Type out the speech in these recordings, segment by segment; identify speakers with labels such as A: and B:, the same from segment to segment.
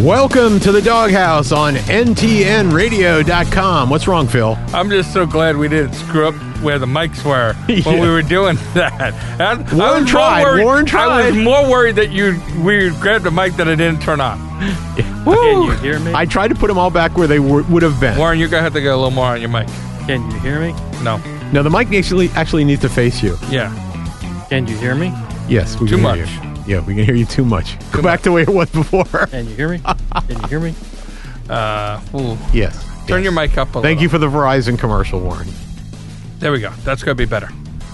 A: Welcome to the doghouse on ntnradio.com. What's wrong, Phil?
B: I'm just so glad we didn't screw up where the mics were when
A: Yeah.
B: we were doing that. I, I
A: Warren
B: was
A: tried.
B: More worried,
A: Warren
B: I
A: tried.
B: was more worried that you we grabbed a mic that I didn't turn on.
C: Can you hear me?
A: I tried to put them all back where they were, would have been.
B: Warren, you're gonna have to get a little more on your mic.
C: Can you hear me?
B: No.
A: Now, the mic actually, actually needs to face you.
B: Yeah.
C: Can you hear me?
A: Yes, we
B: Too
A: can hear
B: much.
A: you. Yeah, we can hear you too much. Go back to where it was before.
C: Can you hear me? Can you hear me?
B: Uh, ooh.
A: yes.
B: Turn
A: yes.
B: your mic up a little.
A: Thank you for the Verizon commercial, Warren.
B: There we go. That's gonna be better.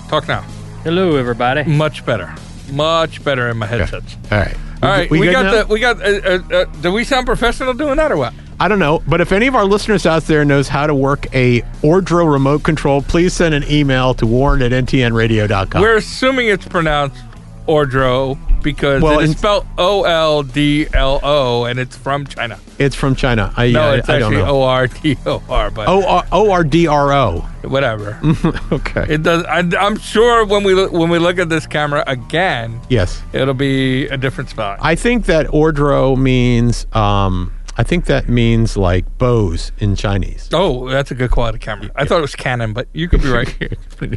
B: Talk now.
C: Hello, everybody.
B: Much better. Much better in my headsets.
A: All right.
B: All right,
A: We,
B: we,
A: good
B: got
A: now?
B: the we got. Uh, uh, uh, do we sound professional doing that or what?
A: I don't know, but if any of our listeners out there knows how to work a Ordro remote control, please send an email to warren at ntnradio.com.
B: We're assuming it's pronounced Ordro because
A: Well,
B: it is
A: it's-
B: spelled O L D L O and it's from China.
A: it's from China. I,
B: No,
A: I,
B: it's
A: I don't
B: actually
A: know. Oh.
B: O R T O R, but
A: O R O R D R O.
B: whatever.
A: Mm. Okay.
B: It does. I, I'm sure when we look, when we look at this camera again,
A: yes.
B: it'll be a different spot.
A: I think that Ordro means, um, I think that means like bows in Chinese.
B: oh, that's a good quality camera. I thought it was Canon, but you could be right.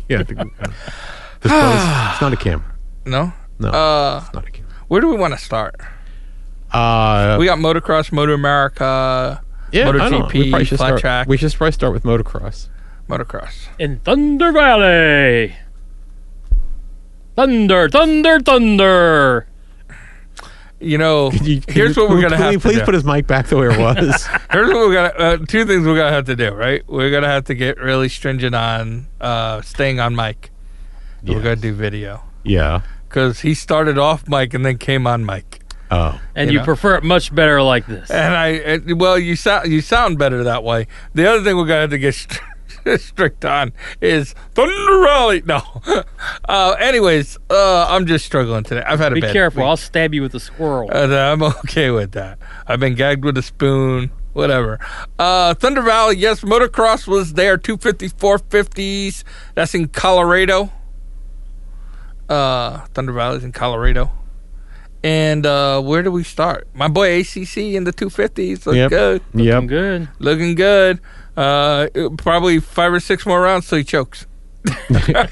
A: yeah, I think- this place, it's not a camera.
B: no,
A: No.
B: Uh,
A: It's not a camera.
B: where do we want to start?
A: Uh,
B: We got motocross, Moto America,
A: yeah, I don't know. We probably
B: MotoGP,
A: should
B: flat
A: start-
B: track,
A: We should probably start with motocross.
B: motocross.
C: In Thunder Valley. Thunder, thunder, thunder.
B: You know,
A: You- can
B: here's
A: you-
B: what we're
A: can
B: gonna
A: you
B: have.
A: Please
B: to do.
A: put his mic back the way it was.
B: Here's what we're gonna uh, two things we're gonna have to do, right? We're gonna have to get really stringent on uh, staying on mic. And We're
A: Yes.
B: gonna do video
A: yeah.
B: because he started off mic and then came on mic,
A: Oh.
C: And
B: You
C: you,
B: know. Eh,
C: prefer it much better like this.
B: and I and, well you sound you sound better that way. The other thing we're gonna have to get str- strict on is Thunder Rally. No, uh, anyways, uh, I'm just struggling today. I've had a
C: Be
B: bad
C: careful.
B: week.
C: I'll stab you with a squirrel.
B: Uh, I'm okay with that. I've been gagged with a spoon, whatever. Uh, Thunder Valley, yes, motocross was there, 254.50s. That's in Colorado. Uh, Thunder Valley's in Colorado. And uh, where do we start? My boy ACC in the 250s. Look
A: Yep.
B: good.
C: I'm
A: Yep.
C: good.
B: Looking good. Uh, probably five or six more rounds till he chokes.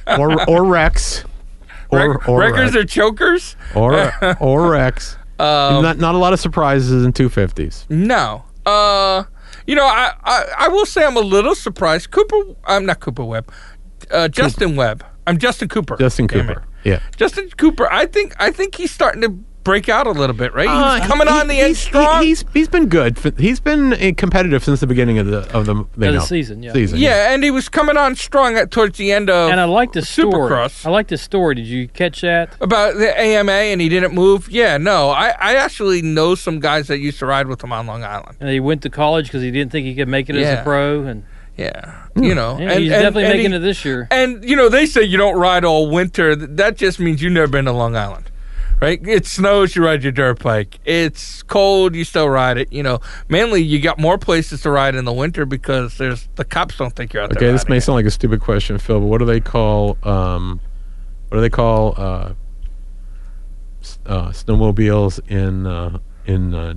A: Or or Rex. Or
B: Wreck-
A: or
B: wreckers
A: Rex.
B: or chokers?
A: or or Rex.
B: Um,
A: not not a lot of surprises in two fifties.
B: No. Uh, you know, I, I, I will say I'm a little surprised. Cooper, I'm not Cooper Webb. Uh, Justin Webb. I'm Justin Cooper.
A: Justin
B: Damn
A: Cooper.
B: it.
A: Yeah.
B: Justin Cooper. I think I think he's starting to break out a little bit, right?
C: Uh,
B: he's Uh, coming
A: he-
B: on the end
A: he's- he-
B: strong.
A: He's he's been good. F- He's been uh, competitive since the beginning of the of the, they
C: Of the
A: know.
C: season, yeah.
A: Season,
B: yeah, and he was coming on strong at, towards the end of
C: And I like the story.
B: Supercross.
C: I like the story. Did you catch that?
B: about the AMA, and he didn't move. Yeah, no, I, I actually know some guys that used to ride with him on Long Island.
C: And he went to college because he didn't think he could make it as
B: Yeah.
C: a pro. And,
B: Yeah,
A: Hmm.
B: you know,
C: yeah, he's definitely
B: and
C: making
B: he-
C: it this year.
B: And you know, they say you don't ride all winter. Th- That just means you've never been to Long Island, right? It snows, you ride your dirt bike. It's cold, you still ride it. You know, mainly you got more places to ride in the winter because there's the cops don't think you're out
A: Okay,
B: there.
A: this
B: riding
A: may
B: it.
A: sound like a stupid question, Phil, but what do they call um, what do they call uh, s- uh, snowmobiles in uh, in uh,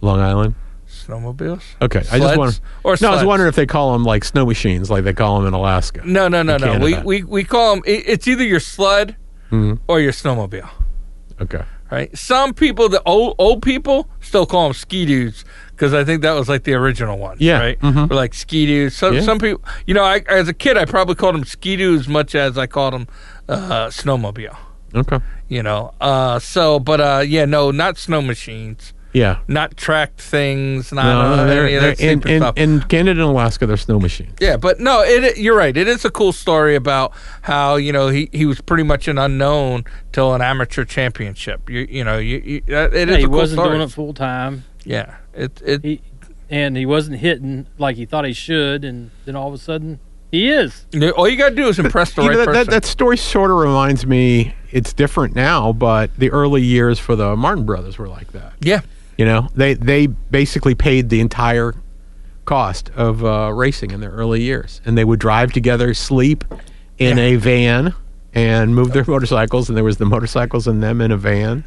A: Long Island?
B: snowmobiles.
A: Okay, I just
B: Sleds?
A: wonder.
B: Or
A: no, I was
B: sleds.
A: wondering if they call them like snow machines, like they call them in Alaska.
B: No, no, no,
A: In
B: no. We,
A: Canada.
B: we we call them. It's either your sled
A: Mhm.
B: or your snowmobile.
A: Mm-hmm. Okay,
B: Right. Some people, the old old people, still call them ski dudes because I think that was like the original one.
A: Yeah,
B: Right.
A: mhm.
B: We're like ski dudes. Some
A: Yeah.
B: some people, you know, I, as a kid, I probably called them ski dudes as much as I called them uh, snowmobile.
A: okay,
B: You know. Uh. So, but uh. Yeah. No, not snow machines.
A: yeah.
B: Not tracked things. Not
A: No,
B: uh,
A: no, they're,
B: any of
A: they're-
B: that
A: in,
B: stupid
A: in,
B: stuff.
A: in Canada and Alaska, they're snow machines.
B: Yeah, but no, it, you're right. It is a cool story about how you know he, he was pretty much an unknown till an amateur championship. You you know you, you uh, it is
C: Yeah,
B: a
C: he
B: cool
C: wasn't
B: story.
C: doing it full time.
B: Yeah, it it
C: He and he wasn't hitting like he thought he should, and then all of a sudden he is.
B: Yeah, All you gotta do is impress the
A: You
B: right
A: know, that,
B: person.
A: that, that story sort of reminds me. It's different now, but the early years for the Martin brothers were like that.
B: yeah,
A: You know, they they basically paid the entire cost of uh, racing in their early years, and they would drive together, sleep in a van, and move their motorcycles. And there was the motorcycles and them in a van,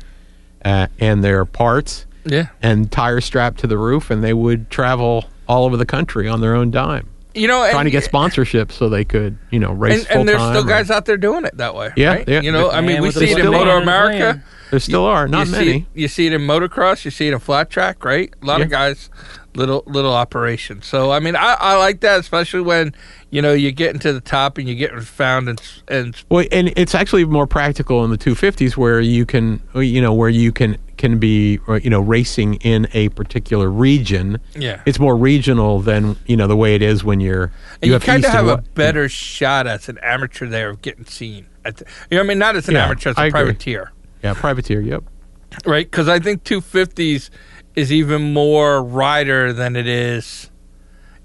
A: uh, and their parts.
B: Yeah.
A: and tires strapped to the roof, and they would travel all over the country on their own dime,
B: You know,
A: trying
B: and,
A: to get sponsorships so they could, you know, race
B: and,
A: full
B: and there's
A: time.
B: still
A: or-
B: guys out there doing it that way.
A: Yeah,
B: right?
A: yeah.
B: You know, I mean,
C: Man
B: we
C: with a
B: see it in
A: plan.
B: Motor
A: Plan.
B: America.
A: there still are not
B: you
A: many.
B: See, you see it in motocross. You see it in flat track, right? A lot of
A: Yeah.
B: guys, little little operations. So I mean, I, I like that, especially when you know you're getting to the top and you're getting found and s- and
A: Well, and it's actually more practical in the 250s where you can, you know, where you can can be, or, you know, racing in a particular region.
B: yeah.
A: It's more regional than you know the way it is when you're.
B: and you, kind of
A: east and
B: have a
A: we-
B: better shot as an amateur there of getting seen. At the, you know, what I mean, not as an
A: Yeah,
B: amateur, as
A: I
B: a
A: agree.
B: privateer,
A: yeah privateer. Yep.
B: right? Because I think 250s is even more rider than it is.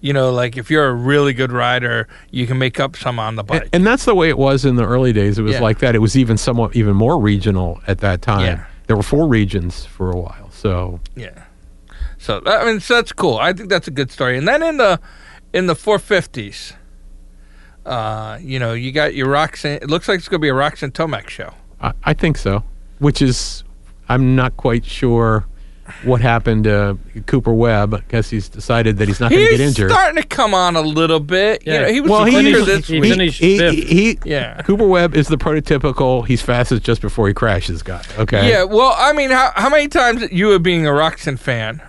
B: You know, like if you're a really good rider, you can make up some on the bike.
A: And, and that's the way it was in the early days. It was
B: Yeah.
A: like that. It was even somewhat even more regional at that time.
B: Yeah.
A: There were four regions for a while. So
B: Yeah. So I mean, so that's cool. I think that's a good story. And then in the in the 450s, uh, you know, you got your Roxanne. It looks like it's going to be a Roxanne Tomac show.
A: I, I think so. Which is, I'm not quite sure what happened to Cooper Webb. I guess he's decided that he's not going to
B: He's
A: get injured.
B: starting to come on a little bit.
C: Yeah.
B: You know, he was
A: Well,
B: well,
A: he
B: cleaner
A: usually-
B: this
C: he
B: week.
C: finished
A: he,
C: fifth.
A: he-
B: Yeah.
A: Cooper Webb is the prototypical. He's fastest just before he crashes guy. Okay.
B: Yeah, well, I mean, how, how many times you were being a Roxanne fan?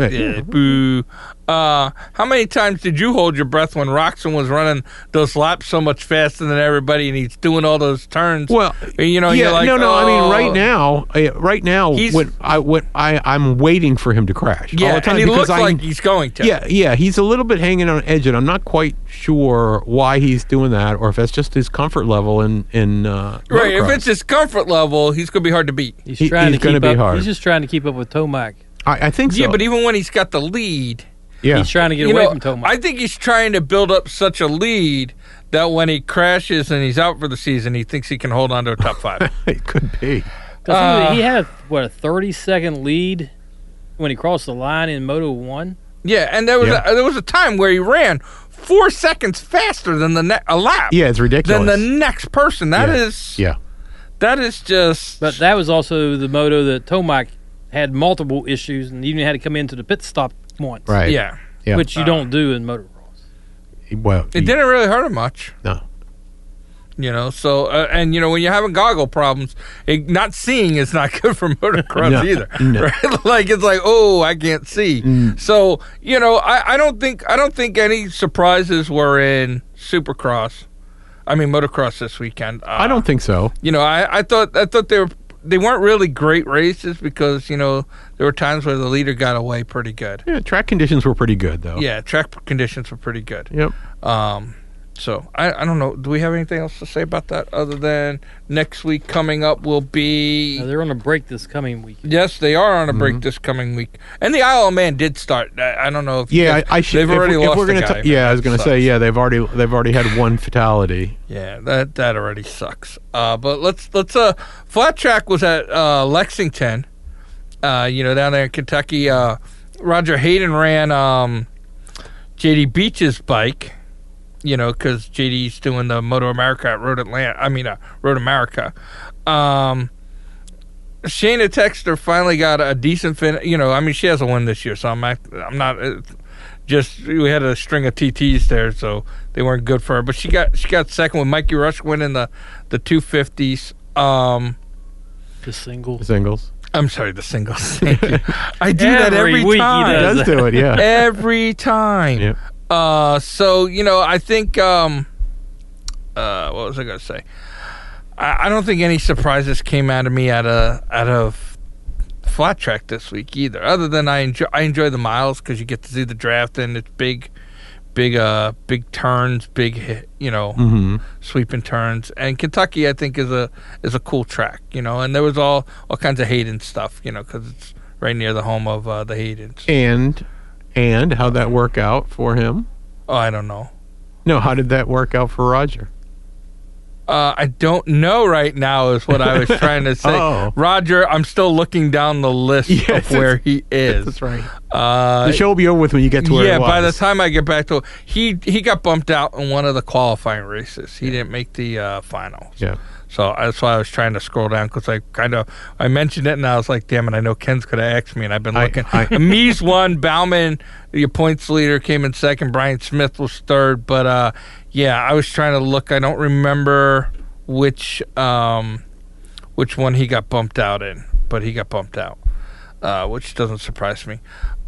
A: Yeah.
B: Yeah, boo. Uh, how many times did you hold your breath when Roxanne was running those laps so much faster than everybody, and he's doing all those turns?
A: Well,
B: you know,
A: yeah,
B: Oh, you're like,
A: no, no. I mean,
B: "Oh."
A: right now, I- right now,
B: He's-
A: when I when I I'm waiting for him to crash
B: Yeah,
A: all the time
B: and he
A: because
B: looks
A: I,
B: like he's going to.
A: yeah, yeah, he's a little bit hanging on edge, and I'm not quite sure why he's doing that, or if that's just his comfort level in in uh,
B: Right. If
A: motocross.
B: it's his comfort level, he's going to be hard to beat.
C: He's
A: He-
C: trying
A: he's
C: to
A: gonna
C: keep
A: be
C: up.
A: hard.
C: He's just trying to keep up with Tomac.
A: I, I think so.
B: Yeah, but even when he's got the lead,
A: yeah,
C: He's trying to get
B: you
C: away
B: know,
C: from Tomac.
B: I think he's trying to build up such a lead that when he crashes and he's out for the season, he thinks he can hold on to a top five.
A: it could be.
C: 'Cause he-
B: uh,
C: he had what a thirty second lead when he crossed the line in Moto One.
B: yeah, and there was
A: Yeah.
B: a, there was a time where he ran four seconds faster than the ne- a lap
A: Yeah, it's ridiculous.
B: than the next person. That
A: Yeah.
B: is
A: yeah,
B: that is just
C: But that was also the moto that Tomac had multiple issues and even had to come into the pit stop once.
A: right.
B: yeah.
A: yeah.
C: Which
B: Uh,
C: you don't do in motocross.
A: well,
B: It didn't really hurt him much.
A: No,
B: You know, so uh, and you know when you're having goggle problems, it, not seeing is not good for motocross
A: No,
B: either.
A: no. Mm.
B: Right? Like it's like, oh, I can't see. So you know, I, I don't think I don't think any surprises were in Supercross. I mean, motocross this weekend. Uh,
A: I don't think so.
B: You know, I, I thought I thought they were they weren't really great races because you know there were times where the leader got away pretty good.
A: Yeah, track conditions were pretty good though.
B: Yeah, track conditions were pretty good.
A: Yep.
B: Um, so I, I don't know. Do we have anything else to say about that other than next week coming up will be?
C: Now, they're on a break this coming week.
B: yes, they are on a
A: Mm-hmm.
B: break this coming week, and the Isle of Man did start. I, I don't know if you
A: Yeah,
B: guys-
A: I, I should.
B: They've
A: if,
B: already
A: if
B: lost
A: we're
B: the
A: gonna
B: guy.
A: ta- yeah, I was going to
B: Sucks.
A: say. Yeah, they've already they've already had one fatality.
B: Yeah, that that already sucks. Uh, but let's let's uh, Flat Track was at uh, Lexington, uh, you know, down there in Kentucky. Uh, Roger Hayden ran um, JD Beach's bike, you know, because JD's doing the Moto America at Road Atlanta. I mean, uh, Road America. Um, Shayna Texter finally got a decent fin. You know, I mean, she has a win this year, so I'm not. I'm not. uh, Just we had a string of TTs there, so they weren't good for her. But she got she got second with Mikey Rush winning the the two fifties. Um,
C: The single.
A: Singles.
B: I'm sorry, the singles. Thank you. I do that
C: Every
B: every
C: week
A: He
C: he
B: time.
C: does.
A: does do it. Yeah.
B: Every time.
A: Yep.
B: Uh, so you know, I think. Um, uh, what was I gonna say? I, I don't think any surprises came out of me out of out of flat track this week either. Other than I enjoy I enjoy the miles because you get to see the draft and it's big, big uh big turns, big hit, you know
A: hmm
B: sweeping turns. And Kentucky, I think, is a is a cool track, you know. And there was all all kinds of Hayden stuff, you know, because it's right near the home of uh, the Haydens.
A: And and how'd that work out for him?
B: Oh, I don't know.
A: No, how did that work out for Roger?
B: Uh, I don't know right now is what I was trying to say.
A: Oh.
B: Roger, I'm still looking down the list
A: Yes,
B: of where he is.
A: That's right.
B: Uh,
A: the show will be over with when you get to where
B: yeah,
A: it was.
B: by the time I get back to he he got bumped out in one of the qualifying races. He didn't make the uh, finals.
A: Yeah.
B: So that's why I was trying to scroll down because I kind of I mentioned it and I was like, damn it, I know Ken's could have asked me and I've been
A: I-
B: looking.
A: I-
B: Mies won, Bauman, your points leader, came in second. Brian Smith was third, but uh, yeah, I was trying to look. I don't remember which um, which one he got bumped out in, but he got bumped out, uh, which doesn't surprise me.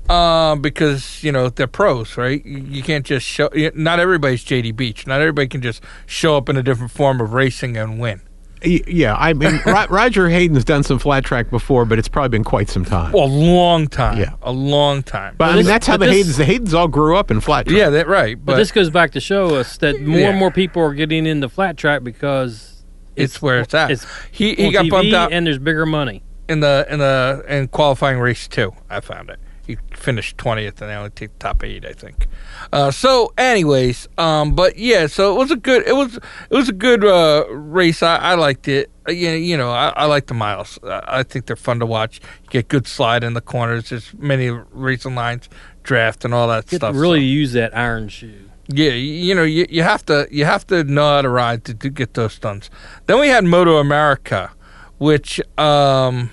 B: Uh, because you know they're pros, right? You you can't just show. y- Not everybody's JD Beach. Not everybody can just show up in a different form of racing and win.
A: Y- Yeah, I mean, Ro- Roger Hayden's done some flat track before, but it's probably been quite some time.
B: Well, a long time.
A: Yeah.
B: a long time.
A: but I
C: but
A: mean,
C: this-
A: that's how the
C: but
A: Haydens.
C: this-
A: The Haydens all grew up in flat track.
B: yeah, that right.
C: But,
B: But,
C: this goes back to show us that more
B: Yeah.
C: and more people are getting into flat track because
B: it's, where it's at.
C: it's
B: he he
C: on
B: got
C: TV
B: bumped out
C: and there's bigger money.
B: in the in the in qualifying race two. I found it. He finished twentieth, and they only take top eight, I think. Uh, so, anyways, um, but yeah, so it was a good, it was it was a good uh, race. I, I liked it. Uh, You, you know, I, I like the miles. I, I think they're fun to watch. You get good slide in the corners. There's many racing lines, draft, and all that
C: Get to
B: stuff.
C: really
B: so-
C: use that iron shoe.
B: yeah, y- you know, you, you have to you have to know how to ride to, to get those stunts. Then we had Moto America, which um,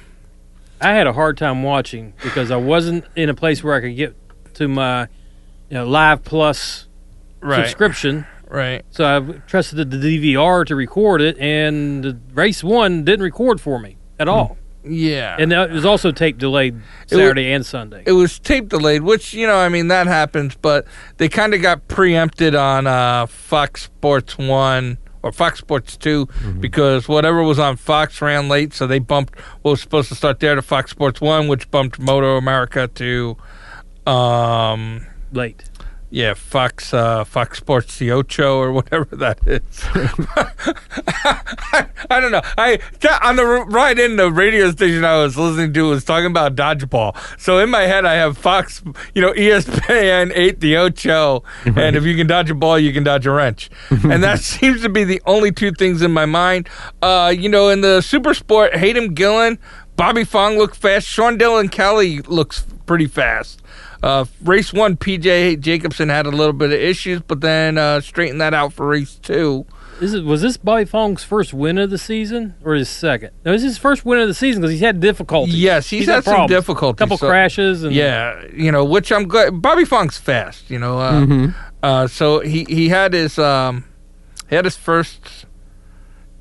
C: I had a hard time watching because I wasn't in a place where I could get to my you know, Live Plus
B: right,
C: subscription.
B: right.
C: So I trusted the DVR to record it, and the race one didn't record for me at all.
B: Yeah.
C: And it was also tape delayed
B: Hmm. It wa-
C: Saturday and Sunday.
B: it was tape delayed, which, you know, I mean, that happens, but they kind of got preempted on uh, Fox Sports 1 or Fox Sports 2 because whatever was on Fox ran late, so they bumped what was supposed to start there to Fox Sports 1, which bumped Moto America to. Um,
C: Late.
B: yeah, Fox uh, Fox Sports the Ocho or whatever that is. I, don't know. I on the r- ride in the radio station I was listening to was talking about dodgeball. So in my head I have Fox, you know, E ESPN eight the Ocho, and if you can dodge a ball, you can dodge a wrench, and that seems to be the only two things in my mind. Uh, you know, in the super sport, Hayden Gillen, Bobby Fong looked fast. Sean Dillon Kelly looks pretty fast. Uh, race one, PJ Jacobson had a little bit of issues, but then uh, straightened that out for race two.
C: This is, was this Bobby Fong's first win of the season or his second? No, this is his first win of the season because he's had difficulty.
B: Yes, he's,
C: He's
B: had,
C: had
B: some
C: problems.
B: difficulties.
C: a couple
B: so-
C: crashes and
B: Yeah, you know, which I'm glad. Bobby Fong's fast, you know. Uh,
C: Mm-hmm.
B: uh, so he he had his um, he had his first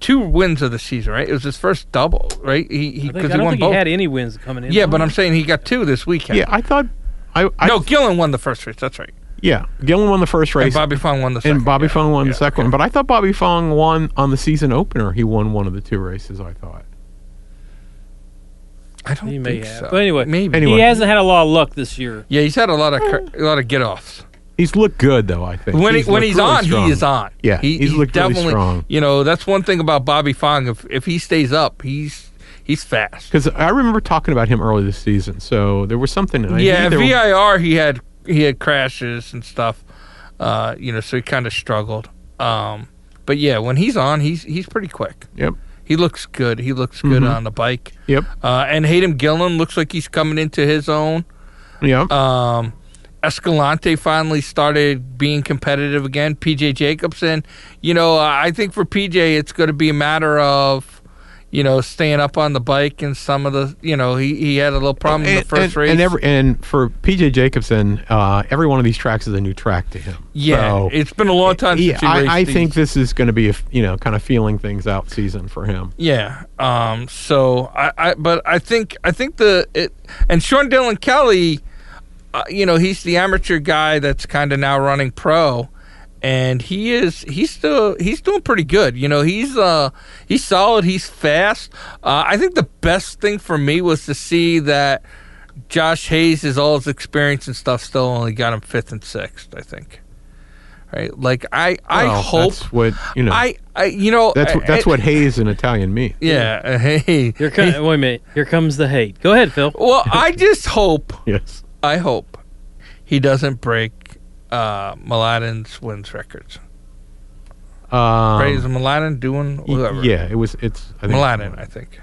B: two wins of the season, right? It was his first double, right? He
C: I,
B: he
C: think,
B: because
C: I
B: he
C: don't
B: won
C: think
B: both.
C: he had any wins coming in.
B: yeah, but I'm saying he got two this weekend.
A: yeah. I thought, I, I
B: no, Gillen won the first race. That's right.
A: yeah. Gillen won the first
B: And
A: race,
B: Bobby Fong won the second.
A: and Bobby
B: yeah.
A: Fong won
B: yeah,
A: the second one. But I thought Bobby Fong won on the season opener. He won one of the two races. I thought.
B: I don't
C: He may
B: think
C: have.
B: so.
C: But anyway-
B: maybe.
A: Anyway.
C: he hasn't had a lot of luck this year.
B: Yeah, he's had a lot of cur-
A: Mm.
B: a lot of get offs.
A: He's looked good though. I think
B: When he, when
A: looked
B: he's
A: really
B: on,
A: strong.
B: he is on.
A: Yeah,
B: he,
A: he's looked really strong.
B: You know, that's one thing about Bobby Fong. If if he stays up, he's he's fast.
A: Because I remember talking about him early this season, so there was something. I
B: yeah,
A: think there-
B: VIR he had he had crashes and stuff. Uh, you know, so he kind of struggled. Um, but yeah, when he's on, he's he's pretty quick.
A: Yep.
B: He looks good. He looks good
A: Mm-hmm.
B: on the bike.
A: Yep.
B: Uh, and Hayden Gillen looks like he's coming into his own.
A: Yep.
B: Um, Escalante finally started being competitive again. PJ Jacobson, you know, I think for PJ, it's going to be a matter of, you know, staying up on the bike and some of the, you know, he, he had a little problem in the first
A: and,
B: race.
A: And, every, and for PJ Jacobson, uh, every one of these tracks is a new track to him.
B: yeah,
A: So,
B: it's been a long time
A: yeah,
B: since he raced
A: I, I think
B: these.
A: this is going to be a f- you know kind of feeling things out season for him.
B: Yeah. Um. So I, I. But I think. I think the. It, and Sean Dillon Kelly. Uh, you know, he's the amateur guy that's kind of now running pro, and he is. He's still. He's doing pretty good. You know, he's. Uh. He's solid. He's fast. Uh, I think the best thing for me was to see that. Josh Hayes is all his experience and stuff still only got him fifth and sixth, I think. Right? Like I, I
A: Well,
B: hope
A: that's what you know.
B: I, I, you know,
A: that's what- that's
B: I-
A: what Hayes in Italian means.
B: yeah. uh, Hey,
C: Here comes wait a minute. Here comes the hate. Go ahead, Phil.
B: Well, I just hope,
A: Yes.
B: I hope he doesn't break uh, Mladen's wins records.
A: Um,
B: right? Is Mladen doing whoever?
A: yeah, it was. It's I think,
B: Mladen, I think.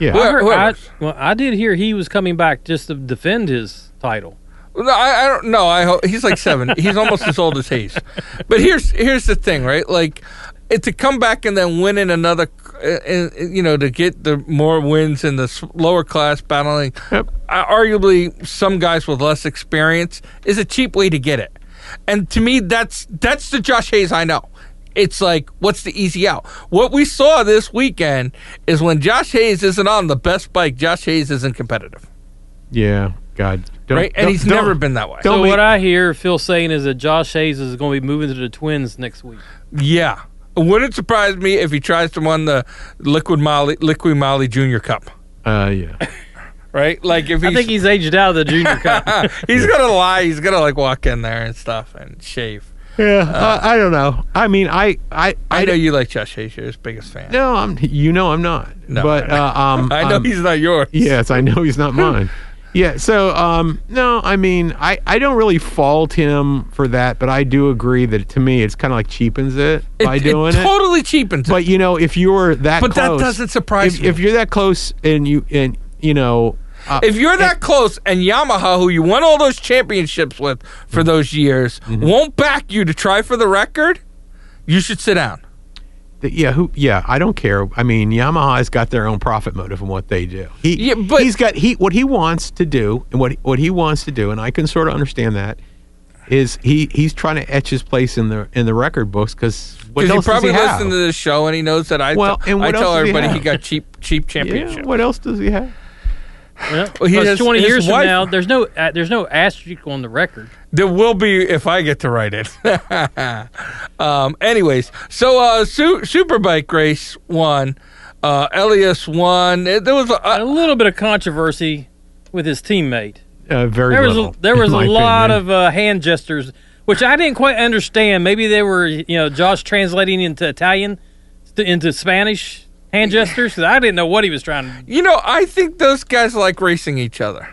A: Yeah.
B: Well,
C: I, heard, I,
B: whoever's.
C: well, I did hear he was coming back just to defend his title.
B: No, I, I don't know. I hope he's like seven. he's almost as old as Hayes. But here's here's the thing, right? Like, it, to come back and then win in another, uh, uh, you know, to get the more wins in the s- lower class battling,
A: Yep.
B: uh, arguably some guys with less experience is a cheap way to get it. And to me, that's that's the Josh Hayes I know. It's like, what's the easy out? What we saw this weekend is when Josh Hayes isn't on the best bike, Josh Hayes isn't competitive,
A: Yeah. God. Don't-
B: right? And
A: don't-
B: he's
A: don't-
B: never been that way.
A: don't
C: So
A: make-
C: what I hear Phil saying is that Josh Hayes is going to be moving to the Twins next week.
B: Yeah. It wouldn't surprise me if he tries to win the Liquid Molly Liquid Molly Junior Cup.
A: Uh, yeah.
B: Right? Like if he's
C: I think he's aged out of the junior cup.
B: he's gonna lie, he's gonna like walk in there and stuff and shave.
A: Yeah. I, I don't know. I mean, I, I,
B: I, know you like Josh Hayes, you're his biggest fan.
A: No, I'm. You know, I'm not.
B: No,
A: but uh, um,
B: I know
A: um,
B: he's not yours.
A: Yes, I know he's not mine. Yeah. So, um, no, I mean, I, I don't really fault him for that, but I do agree that to me, it's kind of like cheapens it,
B: It,
A: by doing it.
B: totally cheapens it.
A: But you know, if you're that,
B: But that
A: close-
B: doesn't surprise
A: if,
B: me.
A: If you're that close, and you and you know, uh,
B: if you're that close and Yamaha, who you won all those championships with for
A: Mm-hmm.
B: those years, won't back you to try for the record, you should sit down.
A: th- yeah, who, yeah, I don't care. I mean, Yamaha's got their own profit motive in what they do. He,
B: Yeah, but-
A: he's got he what he wants to do, and what what he wants to do, and I can sort of understand that. Is he? He's trying to etch his place in the in the record books because what
B: Because he
A: else does
B: probably
A: he have?
B: listened to this show and he knows that I,
A: Well,
B: tell-
A: and
B: I
A: what
B: tell
A: else does he
B: everybody he
A: have?
B: got cheap cheap
A: Yeah,
B: championship.
A: what else does he have?
C: Yeah.
B: Well, he
C: Because
B: has-
C: twenty
B: his
C: years
B: wife-
C: from now, there's no uh, there's no asterisk on the record.
B: There will be if I get to write it. um, anyways, so uh, su- Superbike race won. Uh, Elias won. It- there was a, uh,
C: A little bit of controversy with his teammate.
A: Uh, very
C: There was
A: little.
C: a, there was
A: in
C: a
A: my
C: lot
A: opinion.
C: of uh, hand gestures, which I didn't quite understand. Maybe they were you know Josh translating into Italian, to, into Spanish hand gestures because I didn't know what he was trying to.
B: you know, I think those guys like racing each other.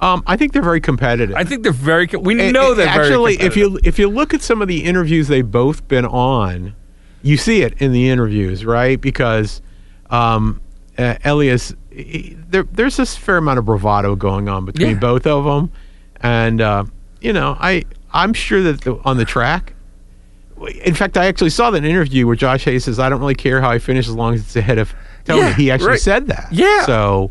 A: Um, I think they're very competitive.
B: I think they're very. co- We
A: And-
B: know
A: and
B: they're
A: actually,
B: very
A: if you if you look at some of the interviews they've both been on, you see it in the interviews, right? Because um, uh, Elias, he- there, there's this fair amount of bravado going on between
B: Yeah.
A: both of them, and uh, you know, I I'm sure that the, on the track. In fact, I actually saw that interview where Josh Hayes says, "I don't really care how I finish as long as it's ahead of Tony."
B: Yeah,
A: he actually
B: right.
A: said that.
B: Yeah.
A: So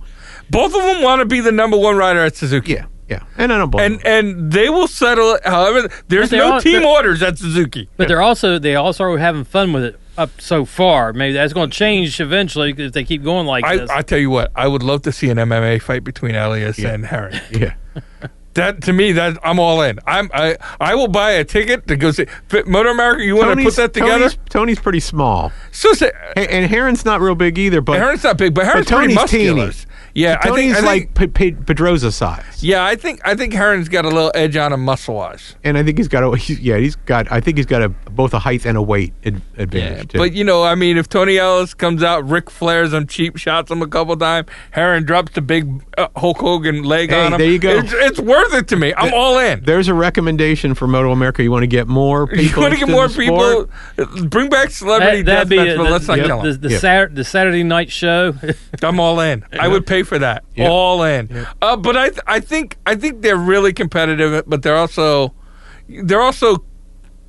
B: both of them want to be the number one rider at Suzuki.
A: yeah, yeah, and I don't blame him.
B: And and they will settle. it However, there's
C: But they
B: no
C: all-
B: team
C: but-
B: orders at Suzuki.
C: But they're also they also are having fun with it up so far. Maybe that's going to change eventually if they keep going like
B: I,
C: this.
B: I tell you what, I would love to see an MMA fight between Elias
A: Yeah.
B: and Harry.
A: yeah.
B: That to me, that I'm all in. I'm I I will buy a ticket to go see Fit- Motor America. You want to put
A: Tony's-
B: that together?
A: Tony's, Tony's pretty small.
B: so say,
A: Hey, and Heron's not real big either, but
B: Heron's not big, but Heron's pretty
A: Tony's
B: muscular.
A: teeny.
B: Yeah, I think,
A: Tony's
B: I think-
A: like P- P- Pedroza size,
B: yeah, I think I think Heron's got a little edge on him muscle wise.
A: and I think he's got a he's, yeah, he's got I think he's got a both a height and a weight ad, advantage. too.
B: But you know, I mean, if Tony Ellis comes out, Rick flares him, cheap shots him a couple times. Heron drops the big uh, Hulk Hogan leg
A: Hey,
B: on him.
A: there you go.
B: It's, it's worth it to me. I'm all in.
A: there's a recommendation for Moto America. You want to get more people.
B: You want to get
A: interested in
B: more
A: the sport?
B: people? Bring back celebrity
C: That- that'd be
B: deathmatch, but
C: the-
B: let's not
C: the,
B: kill 'em.
C: the, the
A: Yeah.
C: Saturday, the Saturday night show.
B: I'm all in. I would pay for that.
A: Yeah.
B: All in. Uh, but I, th- I think, I think they're really competitive, but they're also, they're also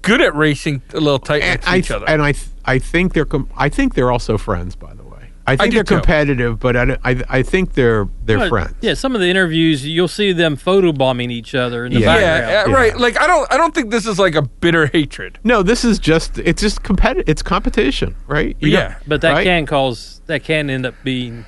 B: good at racing a little tight
A: And
B: with
A: I
B: each
A: th-
B: other.
A: and I th- I think they're com- I think they're also friends. By the way, I think
B: do
A: they're
B: too.
A: competitive, but I, don't- I I think they're they're
C: But,
A: friends.
C: Yeah, some of the interviews you'll see them photobombing each other in the
A: Yeah.
C: background.
B: yeah, uh,
A: Yeah.
B: right. Like I don't, I don't think this is like a bitter hatred.
A: No, this is just it's just competitive. It's competition, right? You
B: Yeah.
A: don't-
C: But that
A: right?
C: can cause that can end up being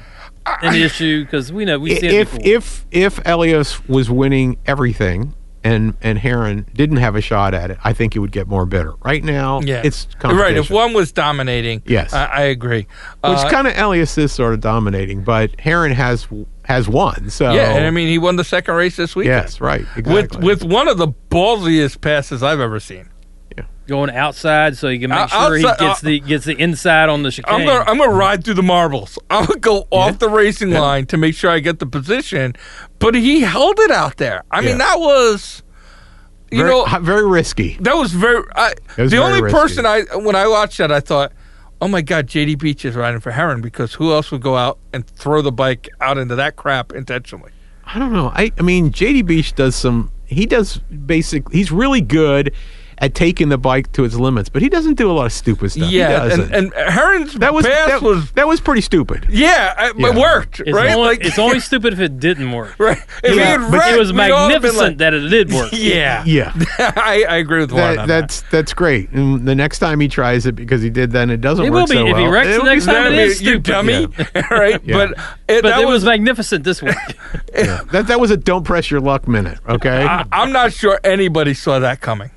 C: an issue because we know we see it
A: if
C: before.
A: if if Elias was winning everything and and Heron didn't have a shot at it, I think he would get more bitter. Right now,
B: Yeah,
A: it's
B: right.
A: competition.
B: If one was dominating,
A: Yes.
B: I, I
A: which
B: agree. Uh,
A: kind of Elias is sort of dominating, but Heron has has won. So
B: yeah, and I mean he won the second race this week.
A: Oh. yes, right,
B: with
A: exactly.
B: with one of the ballsiest passes I've ever seen.
C: going outside so he can
B: Uh,
C: make sure
B: outside-
C: he gets
B: uh,
C: the gets the inside on the
B: I'm
C: chicane.
B: gonna I'm gonna ride through the marbles. I'm gonna go off the racing
A: Yeah.
B: line to make sure I get the position. But he held it out there. I
A: Yeah.
B: mean that was, you
A: very,
B: know,
A: hi- very risky.
B: that was very. I,
A: It was
B: the
A: very
B: only
A: risky.
B: person I when I watched that I thought. Oh my God! JD Beach is riding for Heron because who else would go out and throw the bike out into that crap intentionally?
A: I don't know. I I mean, JD Beach does some. He does basic. He's really good at taking the bike to its limits, but he doesn't do a lot of stupid stuff. He
B: yeah,
A: doesn't.
B: and, and Heron's
A: that was
B: pass
A: that,
B: was
A: that was pretty stupid.
B: yeah, I-
A: Yeah.
B: it worked
C: It's,
B: right.
C: only,
B: like
C: it's only stupid if it didn't work.
B: right.
A: Yeah,
B: If he had
A: but
B: wrecked,
C: It was
B: we'd all have been
C: magnificent
B: like,
C: that it did work.
B: yeah,
A: Yeah.
B: I, I agree with Warren
A: That,
B: on
A: that's that's great. And the next time he tries it because he did that and it doesn't
C: It
A: work
C: will be
A: so
C: if he
A: well,
C: wrecks the
A: it'll
C: next
A: be-
C: time it
B: that.
C: is
B: you
C: stupid.
B: dummy, right?
A: Yeah.
B: But it,
C: But
B: that
C: it was
B: was.
C: magnificent this week.
A: That that was a don't press your luck minute. Okay.
C: Ah,
B: I, I'm not sure anybody saw that coming.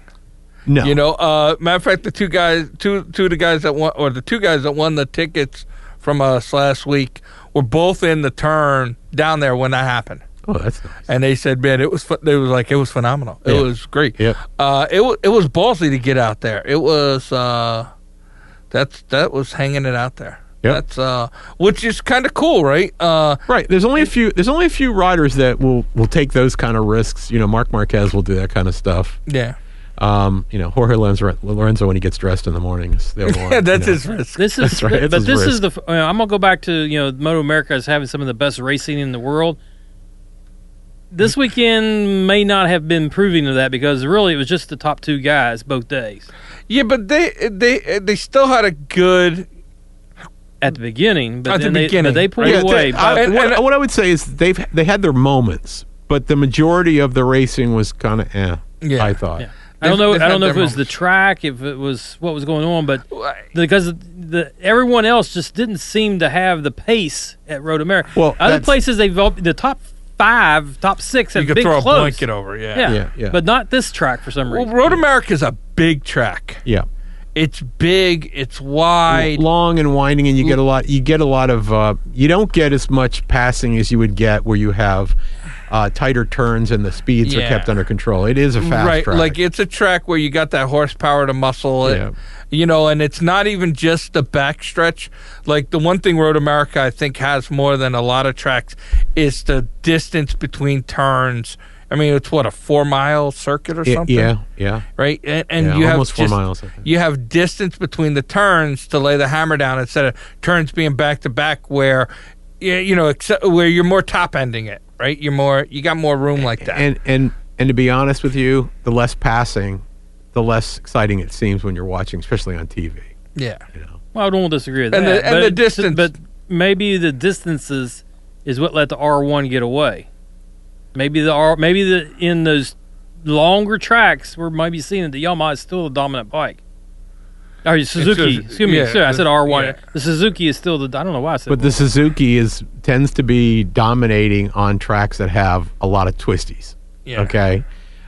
A: no.
B: You know, uh, matter of fact, the two guys, two two of the guys that won, or the two guys that won the tickets from us last week, were both in the turn down there when that happened,
A: Oh, that's nice.
B: and they said, "Man, it was ph- they was like it was phenomenal. It
A: Yeah.
B: was great.
A: Yep.
B: Uh, it wa- it was ballsy to get out there. It was uh, that's that was hanging it out there.
A: Yep.
B: That's uh, which is kind of cool, right? Uh,
A: Right. There's only a few. There's only a few riders that will will take those kind of risks. You know, Mark Marquez will do that kind of stuff.
B: yeah,
A: Um, you know, Jorge Lorenzo, Lorenzo when he gets dressed in the morning is the other one.
B: yeah, that's
A: you know.
B: his risk.
C: This is,
A: That's right, it's
C: but
A: his
C: this is the. You know, I'm gonna go back to you know, Moto America is having some of the best racing in the world. This weekend may not have been proving of that because really it was just the top two guys both days
B: Yeah, but they they they still had a good
C: at the beginning. But
B: At the
C: then
B: beginning,
C: they, but they pulled
A: Yeah,
C: away.
A: they- I-
B: but-
A: what,
B: and-
A: what I would say is they've they had their moments, but the majority of the racing was kind of eh.
B: Yeah.
A: I thought.
C: Yeah. I don't
B: They've-
C: know.
B: they've
C: I
B: had
C: don't know if it
B: their
C: was the
B: moments.
C: track, if it was what was going on, but because the everyone else just didn't seem to have the pace at Road America.
A: Well,
C: other
A: that's-
C: places they've all- the top five, top six have
B: you could
C: been
B: throw
C: close.
B: a blanket over. Yeah.
C: Yeah.
A: Yeah, yeah.
C: but not this track for some
B: Well,
C: reason.
B: Road America is a big track.
A: Yeah.
B: It's big. It's wide.
A: long and winding, and you
B: Mm.
A: get a lot. You get a lot of. Uh, you don't get as much passing as you would get where you have uh, tighter turns and the speeds are
B: Yeah.
A: kept under control. It is a fast
B: right,
A: track.
B: like it's a track where you got that horsepower to muscle it,
A: Yeah.
B: you know, and it's not even just the backstretch. Like the one thing Road America I think has more than a lot of tracks is the distance between turns. I mean, it's what a four mile circuit or
A: Yeah,
B: something,
A: yeah, yeah.
B: right? And, and
A: Yeah,
B: you
A: almost
B: have
A: four
B: just,
A: miles, I think.
B: You have distance between the turns to lay the hammer down instead of turns being back to back where, yeah, you know, except where you're more top ending it, right? You're more, you got more room like that.
A: And and and to be honest with you, the less passing, the less exciting it seems when you're watching, especially on TV.
B: yeah.
A: You know.
C: Well, I don't disagree with
B: And
C: that.
B: the- and
C: but
B: the distance.
C: but maybe the distances is what let the R one get away. Maybe the R, maybe the in those longer tracks, we're maybe seeing that the Yamaha is still the dominant bike. Or Suzuki,
B: Suzuki,
C: excuse me,
B: yeah,
C: sorry, I said
B: the-
C: R one.
B: yeah.
C: The Suzuki is still the. I don't know why I said.
A: But the Suzuki is tends to be dominating on tracks that have a lot of twisties.
B: Yeah.
A: Okay.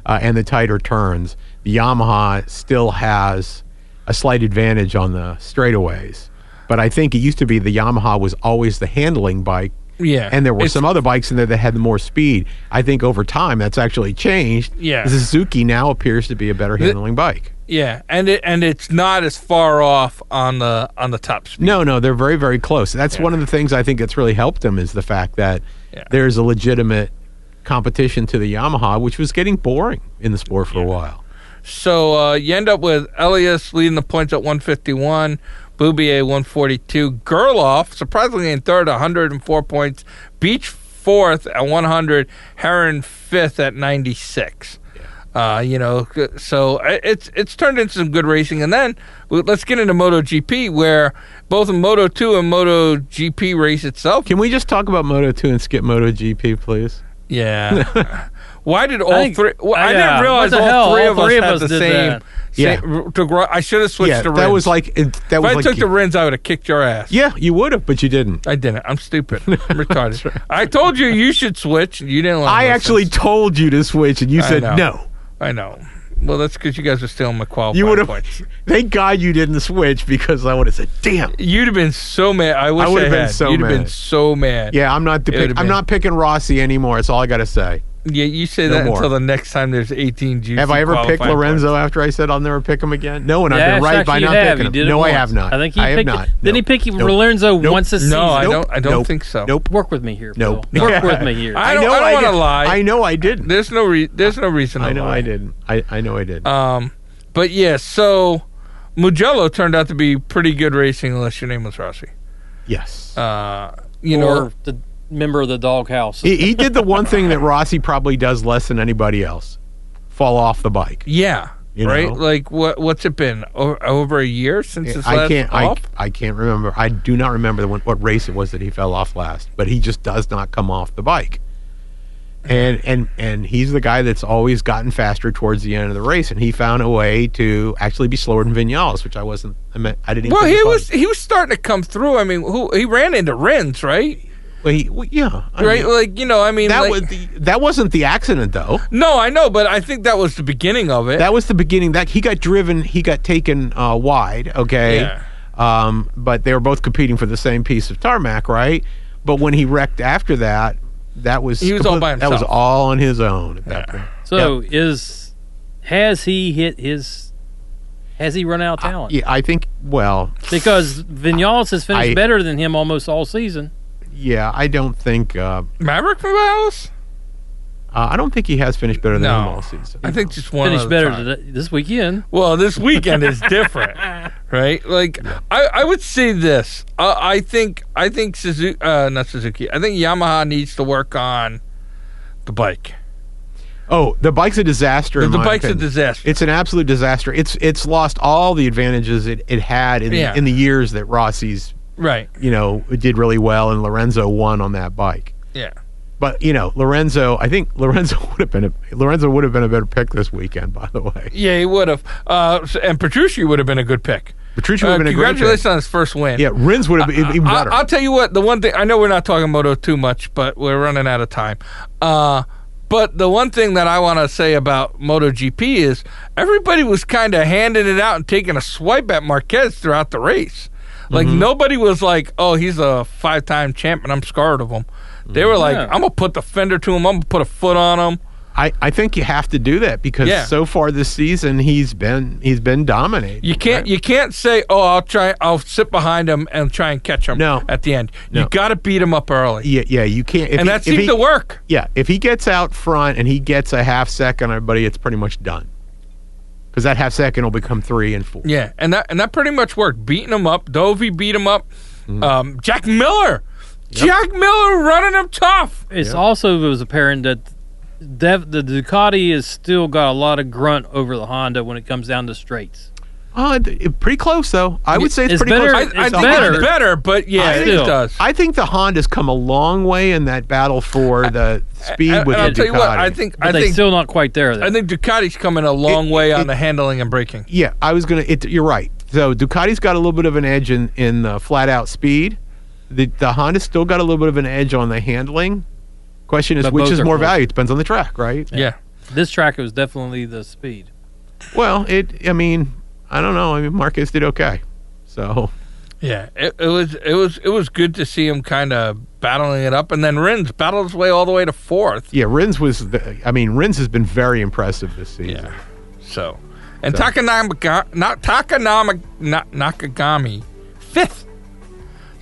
A: Uh, and the tighter turns. The Yamaha still has a slight advantage on the straightaways. But I think it used to be the Yamaha was always the handling bike.
B: Yeah.
A: And there were
B: It's-
A: some other bikes in there that had more speed. I think over time that's actually changed.
B: Yeah.
A: The Suzuki now appears to be a better handling bike.
B: Yeah, and it and it's not as far off on the on the top speed.
A: No, no, they're very, very close. That's one of the things I think that's really helped them is the fact that
B: Yeah.
A: there's a legitimate competition to the Yamaha, which was getting boring in the sport for a while.
B: So uh, you end up with Elias leading the points at 151, Boubier 142, Gerloff surprisingly in third, 104 points, Beach fourth at 100, Heron fifth at 96. Uh, you know, c- so i- it's it's turned into some good racing, and then w- let's get into MotoGP, where both Moto Two and Moto GP race itself.
A: Can we just talk about Moto 2 and skip Moto GP, please?
B: Yeah. Why did all
C: think-
B: three? Well, I
C: yeah,
B: didn't
C: what
B: realize
C: the
B: all
C: hell?
B: three
C: All
B: of
C: three
B: us
C: of
B: had
C: us
B: the
C: did
B: same.
C: that.
A: Yeah.
B: same r- to gro- I should have switched
A: yeah,
B: to
A: that
B: rims.
A: was like it, that
B: if
A: was
B: I
A: like
B: took the rims, I would have kicked your ass.
A: yeah, you would have, but you didn't.
B: I didn't. I'm stupid. I'm retarded. I told you you should switch. You didn't. want to
A: I
B: listen.
A: actually told you to switch, and you
B: I
A: said
B: know.
A: no.
B: I know. Well, that's because you guys were stealing my qualifying
A: You would have.
B: points.
A: Thank God you didn't switch because I would have said, "Damn."
B: You'd have been so mad. I wish I
A: would've been
B: had.
A: so
B: You'd have been
A: mad.
B: so mad.
A: Yeah, I'm not. The
B: It
A: pick-
B: would've
A: I'm
B: been-
A: not picking Rossi anymore. That's all I got to say.
B: Yeah. You say
A: No
B: that
A: more.
B: until the next time there's 18 juicy
A: Have I ever picked
B: qualifying
A: Lorenzo after I said I'll never pick him again? No, and I've
C: Yes,
A: been right by not
C: actually you have. You
A: picking
C: did
A: him.
C: it
A: No, I
C: once.
A: have not.
C: I think he
A: I have
C: picked.
A: not.
C: Then he
A: Nope.
C: picked
A: Nope.
C: Lorenzo
A: Nope.
C: once a
B: points.
C: season.
B: No, I
A: Nope.
B: don't. I don't
A: Nope.
B: think so.
A: Nope.
C: Work with me here.
A: Nope.
C: Phil. Work with me here.
B: I don't- I don't
A: I
B: wanna
A: did-
B: lie.
A: I know I didn't.
B: There's no re- there's no reason. To
A: I know
B: lie.
A: I didn't. I, I know I did.
B: Um, but yeah, so Mugello turned out to be pretty good racing, unless your name was Rossi.
A: yes.
B: Uh, you
C: or
B: know,
C: the member of the doghouse.
A: he, he did the one thing that Rossi probably does less than anybody else fall off the bike.
B: yeah,
A: You
B: right?
A: know?
B: Like what? What's it been o- over a year since this
A: I
B: last
A: can't. I,
B: off?
A: I can't remember. I do not remember the one, what race it was that he fell off last. But he just does not come off the bike. And and and he's the guy that's always gotten faster towards the end of the race. And he found a way to actually be slower than Vinales, which I wasn't. I mean, I didn't. even
B: well,
A: think
B: he
A: about
B: was
A: it.
B: he was starting to come through. I mean, who he ran into Renz, right?
A: Well, he, well, yeah. I
B: right?
A: mean,
B: like you know, I mean,
A: that
B: like-
A: was the, that wasn't the accident though.
B: no, I know, but I think that was the beginning of it.
A: That was the beginning. That he got driven. He got taken uh, wide. Okay.
B: Yeah.
A: Um, but they were both competing for the same piece of tarmac, right? But when he wrecked after that, that was
B: He was all by
A: That was
B: himself.
A: all on his own at that point.
C: So is has he hit his? Has he run out of talent?
A: Yeah, I think. Well,
C: Because Vinales has finished
A: I-
C: better than him almost all season.
A: yeah, I don't think. Uh,
B: Maverick Morales.
A: uh, I don't think he has finished better than
B: No.
A: him all season.
B: I think just one.
C: Finished
B: other
C: better
B: time.
C: today, this weekend.
B: Well, this weekend is different, right? Like, I, I would say this. I, I think I think Suzuki, uh, not Suzuki. I think Yamaha needs to work on the bike.
A: Oh, the bike's a disaster.
B: The,
A: in
B: the
A: my
B: bike's
A: opinion.
B: a disaster.
A: It's an absolute disaster. It's it's lost all the advantages it, it had in,
B: Yeah.
A: the, in the years that Rossi's
B: right?
A: you know did really well and Lorenzo won on that bike.
B: Yeah.
A: But you know Lorenzo, I think Lorenzo would have been a, Lorenzo would have been a better pick this weekend. By the way,
B: Yeah, he would have. Uh, so- and Petrucci would have been a good pick.
A: Petrucci
B: Uh,
A: would have been a great
B: congratulations
A: pick.
B: on his first win.
A: Yeah, Rins would have been even
B: I,
A: better.
B: I'll tell you what. The one thing I know we're not talking Moto too much, but we're running out of time. Uh, but the one thing that I want to say about MotoGP is everybody was kind of handing it out and taking a swipe at Marquez throughout the race. Like
A: Mm-hmm.
B: nobody was like, "Oh, he's a five-time champ, and I'm scared of him." They were like,
C: Yeah.
B: "I'm gonna put the fender to him. I'm gonna put a foot on him."
A: I, I think you have to do that because
B: Yeah.
A: so far this season he's been he's been dominating.
B: You can't you can't say, "Oh, I'll try. I'll sit behind him and try and catch him."
A: No.
B: at the end,
A: No.
B: you got to beat him up early,
A: yeah, yeah, you can't. If he-
B: and that
A: if
B: seemed
A: he-
B: to work.
A: Yeah, if he gets out front and he gets a half second, on everybody, it's pretty much done. Because that half second will become three and four.
B: Yeah, and that and that pretty much worked. Beating him up, Dovey beat him up.
A: Mm-hmm.
B: Um, Jack Miller, Jack Miller running him tough.
C: It's also it was apparent that Dev, the Ducati has still got a lot of grunt over the Honda when it comes down to straights.
A: Uh, th- it- pretty close though. I would say it's,
C: It's
A: pretty
C: better-
B: I,
A: close.
B: I
A: It's
B: think
A: better.
B: it's better, but yeah,
A: I
B: it
C: still-
B: does.
A: I think the Honda's come a long way in that battle for the speed
B: And-
A: with
B: and
A: the
B: I'll tell you what,
A: Ducati.
B: I think
C: But
B: I
C: they're
B: think
C: still not quite there. Though.
B: I think Ducati's coming a long way on
A: it-
B: the handling and braking.
A: yeah, I was gonna. It, you're right. So Ducati's got a little bit of an edge in in the flat out speed. The the Honda's still got a little bit of an edge on the handling. Question is,
C: But
A: which
C: both
A: is
C: are
A: more
C: close.
A: value? It depends on the track, right?
B: Yeah.
C: this track it was definitely the speed.
A: Well, it. I mean, I don't know. I mean, Marquez did okay. So
B: Yeah, it, it was it was it was good to see him kind of battling it up, and then Rins battled his way all the way to fourth.
A: yeah, Rins was. The, I mean, Rins has been very impressive this season.
B: Yeah. So, and
A: So-
B: Takanami, not Takanami, not Nakagami, fifth.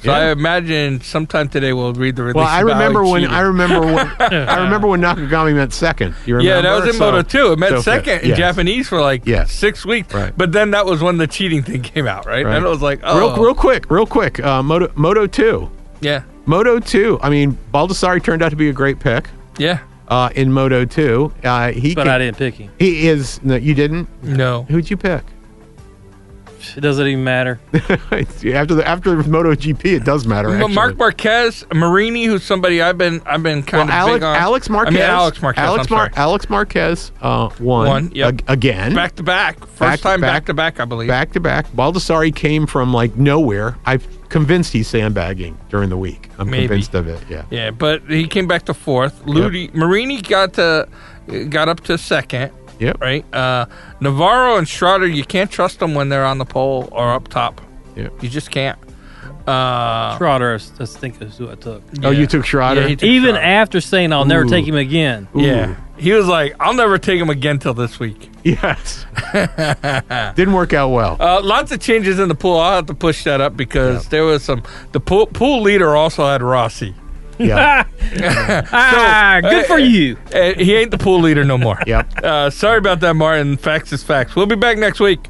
B: So
A: Yeah.
B: I imagine sometime today we'll read the release.
A: Well, I
B: about
A: remember
B: how he
A: when
B: cheated.
A: I remember when I remember when Nakagami meant second. You remember?
B: yeah, that was in
A: So-
B: Moto too. It meant
A: so-
B: second in
A: yes.
B: Japanese for like
A: Yes.
B: six weeks.
A: Right.
B: But then that was when the cheating thing came out, right?
A: Right.
B: And it was like, oh,
A: Real, real quick, real quick. Uh, Moto, Moto two,
B: yeah,
A: Moto two. I mean, Baldessari turned out to be a great pick
B: yeah,
A: uh, in Moto two. Uh, he
C: But
A: can-
C: I didn't pick him.
A: he is. No, you didn't.
B: no.
A: Who'd you pick?
C: It doesn't even matter.
A: after the after Moto GP, it does matter.
B: But
A: Actually.
B: Mark Marquez, Marini, who's somebody I've been I've been
A: Well,
B: kind of
A: Alex,
B: big on.
A: Alex Marquez.
B: I mean Alex Marquez.
A: Alex,
B: I'm
A: Mar-
B: sorry.
A: Alex Marquez uh, won,
B: Won, yep.
A: ag- again.
B: back to back, first
A: Back to
B: time
A: back.
B: back to back, I believe.
A: back to back. Baldessari came from like nowhere. I'm convinced he's sandbagging during the week. I'm
B: Maybe.
A: convinced of it. Yeah.
B: Yeah, but he came back to fourth. Ludi Marini got to got up to second,
A: Yep.
B: right? Uh, Navarro and Schroeder, you can't trust them when they're on the pole or up top.
A: Yep.
B: You just can't. Uh,
C: Schroeder, I s- I think is who I took.
A: Oh,
B: yeah.
A: you took Schroeder.
B: Yeah, he took
C: Even
B: Schroeder.
C: after saying I'll never
A: Ooh.
C: take him again,
B: yeah, he was like, "I'll never take him again till this week."
A: yes. Didn't work out well.
B: Uh, lots of changes in the pool. I'll have to push that up because there was some. The pool pool leader also had Rossi.
A: Yeah.
C: ah, good for you.
B: Uh, he ain't Eh, the pool leader no more.
A: Yep.
B: Uh, sorry about that, Martin. Facts is facts. We'll be back next week.